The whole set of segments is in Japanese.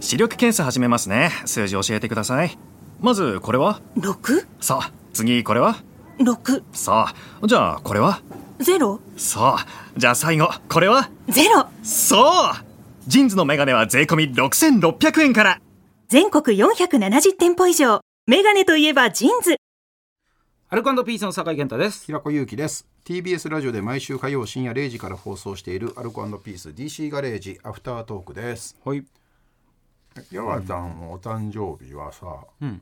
視力検査始めますね数字教えてくださいまずこれは 6? さあ次これは6さあじゃあこれはゼロさあじゃあ最後これはゼロそうジンズのメガネは税込み6600円から全国470店舗以上メガネといえばジーンズアルコピースの酒井健太です。平子祐希です TBS ラジオで毎週火曜深夜0時から放送しているアルコピース DC ガレージアフタートークですはい。ヤワちゃんのお誕生日はさ、うん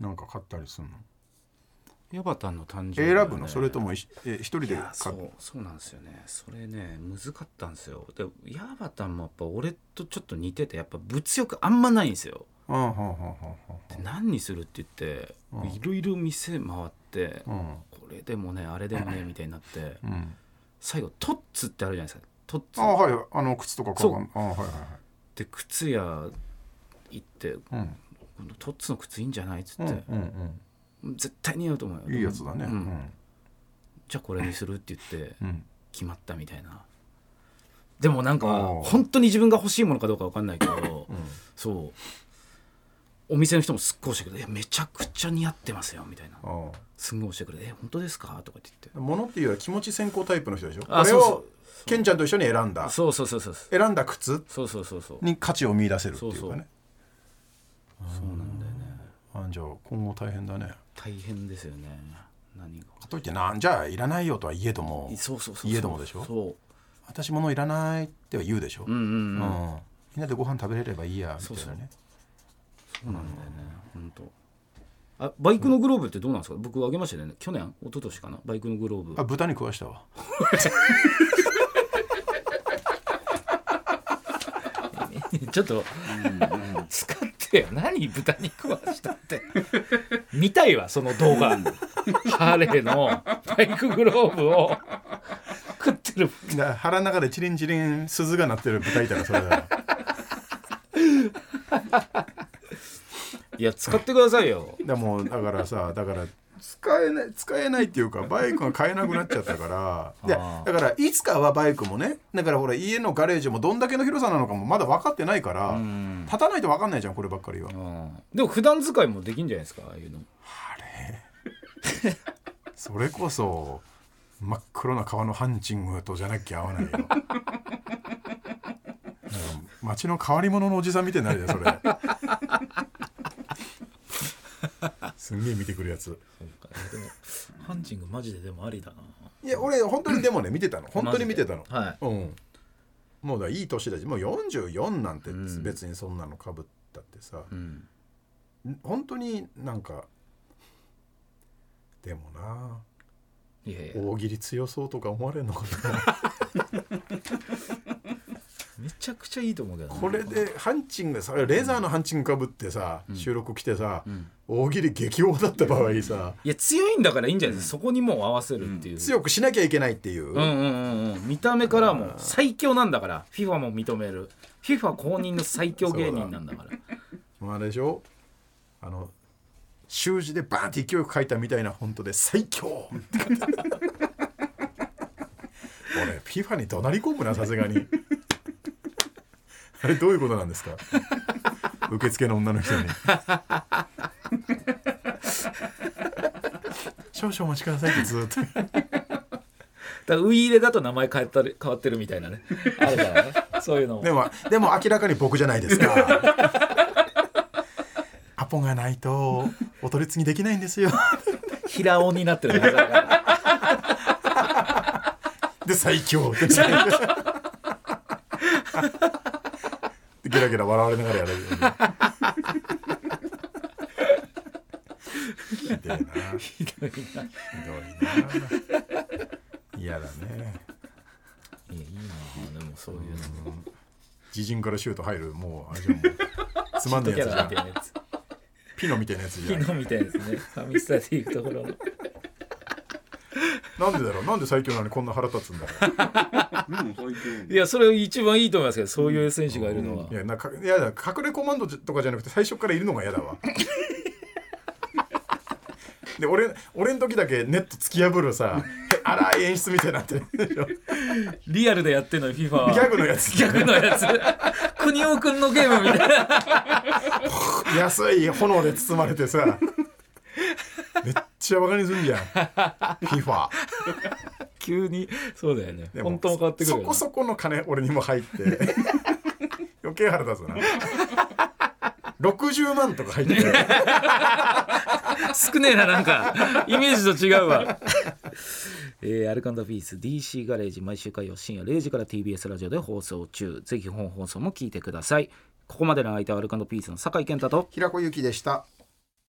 なんか買ったりするのヤバタンの誕生日、選ぶのそれとも一え一人でそ買ううそうなんですよねそれね難かったんですよでヤバタンもやっぱ俺とちょっと似ててやっぱ物欲あんまないんですようんうんうんで何にするって言っていろいろ店回って、うんこれでもねあれでも ねみたいになってうんうん最後トッツってあるじゃないですかトッツあはいあの靴とかカバンあはいはいで靴屋行ってはいトッツの靴いいんじゃないっつうんっうてん、うん絶対似合うと思ううんよいいやつだねううんんじゃあこれにするって言ってうん決まったみたいなでもなんかあー本当に自分が欲しいものかどうか分かんないけど、そうお店の人もすっごいしてくれていや「めちゃくちゃ似合ってますよ」みたいなああすんごいしてくれて「え本当ですか?」とかって言って物っていうよりは気持ち先行タイプの人でしょあこれそうそをケンちゃんと一緒に選んだそうそうそうそうそう選んだ靴そうそうそうそうに価値を見出せるっていうかねそうそうそうなんだよねあじゃあ今後大変だね大変ですよね何がかといってなんじゃあいらないよとは言えどもそうそうそう家でもでしょそ私物いらないっては言うでしょ、ううんうんうんうんみんなでご飯食べれればいいやみたいなねそうなんだよね本当あバイクのグローブってどうなんですか、僕あげましたよね去年一昨年かなバイクのグローブあ豚に食わしたわ ちょっと、使ってよ。何豚肉はしたって。見たいわ、その動画。ハーレーのバイクグローブを食ってる。だから腹の中でチリンチリン鈴が鳴ってる豚いたらそれだよいや使ってくださいよでもだからさだから使えない使えないっていうかバイクが買えなくなっちゃったからいやだからいつかはバイクもねだからほら家のガレージもどんだけの広さなのかもまだ分かってないから立たないと分かんないじゃんこればっかりはうんでも普段使いもできんじゃないですかああいうのそれこそ真っ黒な川のハンチングとじゃなきゃ合わないよ なんか街の変わり者のおじさんみたいになるよそ れすんげえ見てくるやつハンチングマジででもありだいや俺本当にでもね見てたの本当に見てたの、な。はい。うんもうだからいい年だしもう44なんて別にそんなのかぶったってさ、ん本当になんかでもないやいや大喜利強そうとか思われるのかな めちゃくちゃいいと思うけど、ね、これでハンチングそれレーザーのハンチングかぶってさ、収録来てさ、大喜利激応だった場合さ、いや強いんだからいいんじゃないですか、そこにもう合わせるっていう、強くしなきゃいけないっていうう、んうんうんうん見た目からもう最強なんだから FIFA も認める FIFA 公認の最強芸人なんだからまああれでしょあの習字でバーンって勢いよく書いたみたいな本当で最強 俺 FIFA に怒鳴り込むなさすがにあれどういうことなんですか受付の女の人に 少々お待ちくださいってずっとだからウイイレだと名前変えたり変わってるみたいなね。あるからね。そういうのもで。も、でも明らかに僕じゃないですか。アポがないと、お取り次ぎできないんですよ。平尾になってるだけだ から。で、最強。でゲラゲラ笑われながらやる。ひどいな。ひどいな。嫌だね。いやいいなあでもそういうのも自陣からシュート入る、もう、あれじゃんもう。つまんキねえやャつじラ ゃみんた。いなやつ。ピノみたいなやつじゃん。昨日みたいですね。 ファミスタで行くところの。なんでだろう、なんで最強なのに、こんな腹立つんだろう。いや、それ一番いいと思いますけど、そういう選手がいるのは。いやなんかいやだ隠れコマンドとかじゃなくて最初からいるのが嫌 だわで俺俺の時だけネット突き破るさ荒い演出みたいになってるでしょギリアルでやってんのに FIFA は。 ャグのやつ逆のやつ。国尾くんのゲームみたいな。安い炎で包まれてさめっちゃバカにするんじゃん FIFA 急に、そうだよね。でも本当も変わってくるよねそこそこの金俺にも入って余計 腹立つな60万とか入ってる少ねえななんかイメージと違うわえー、アルカンドピース DC ガレージ毎週火曜深夜0時から TBS ラジオで放送中ぜひ本放送も聞いてくださいここまでの相手はアルカンドピースの酒井健太と平子ゆきでした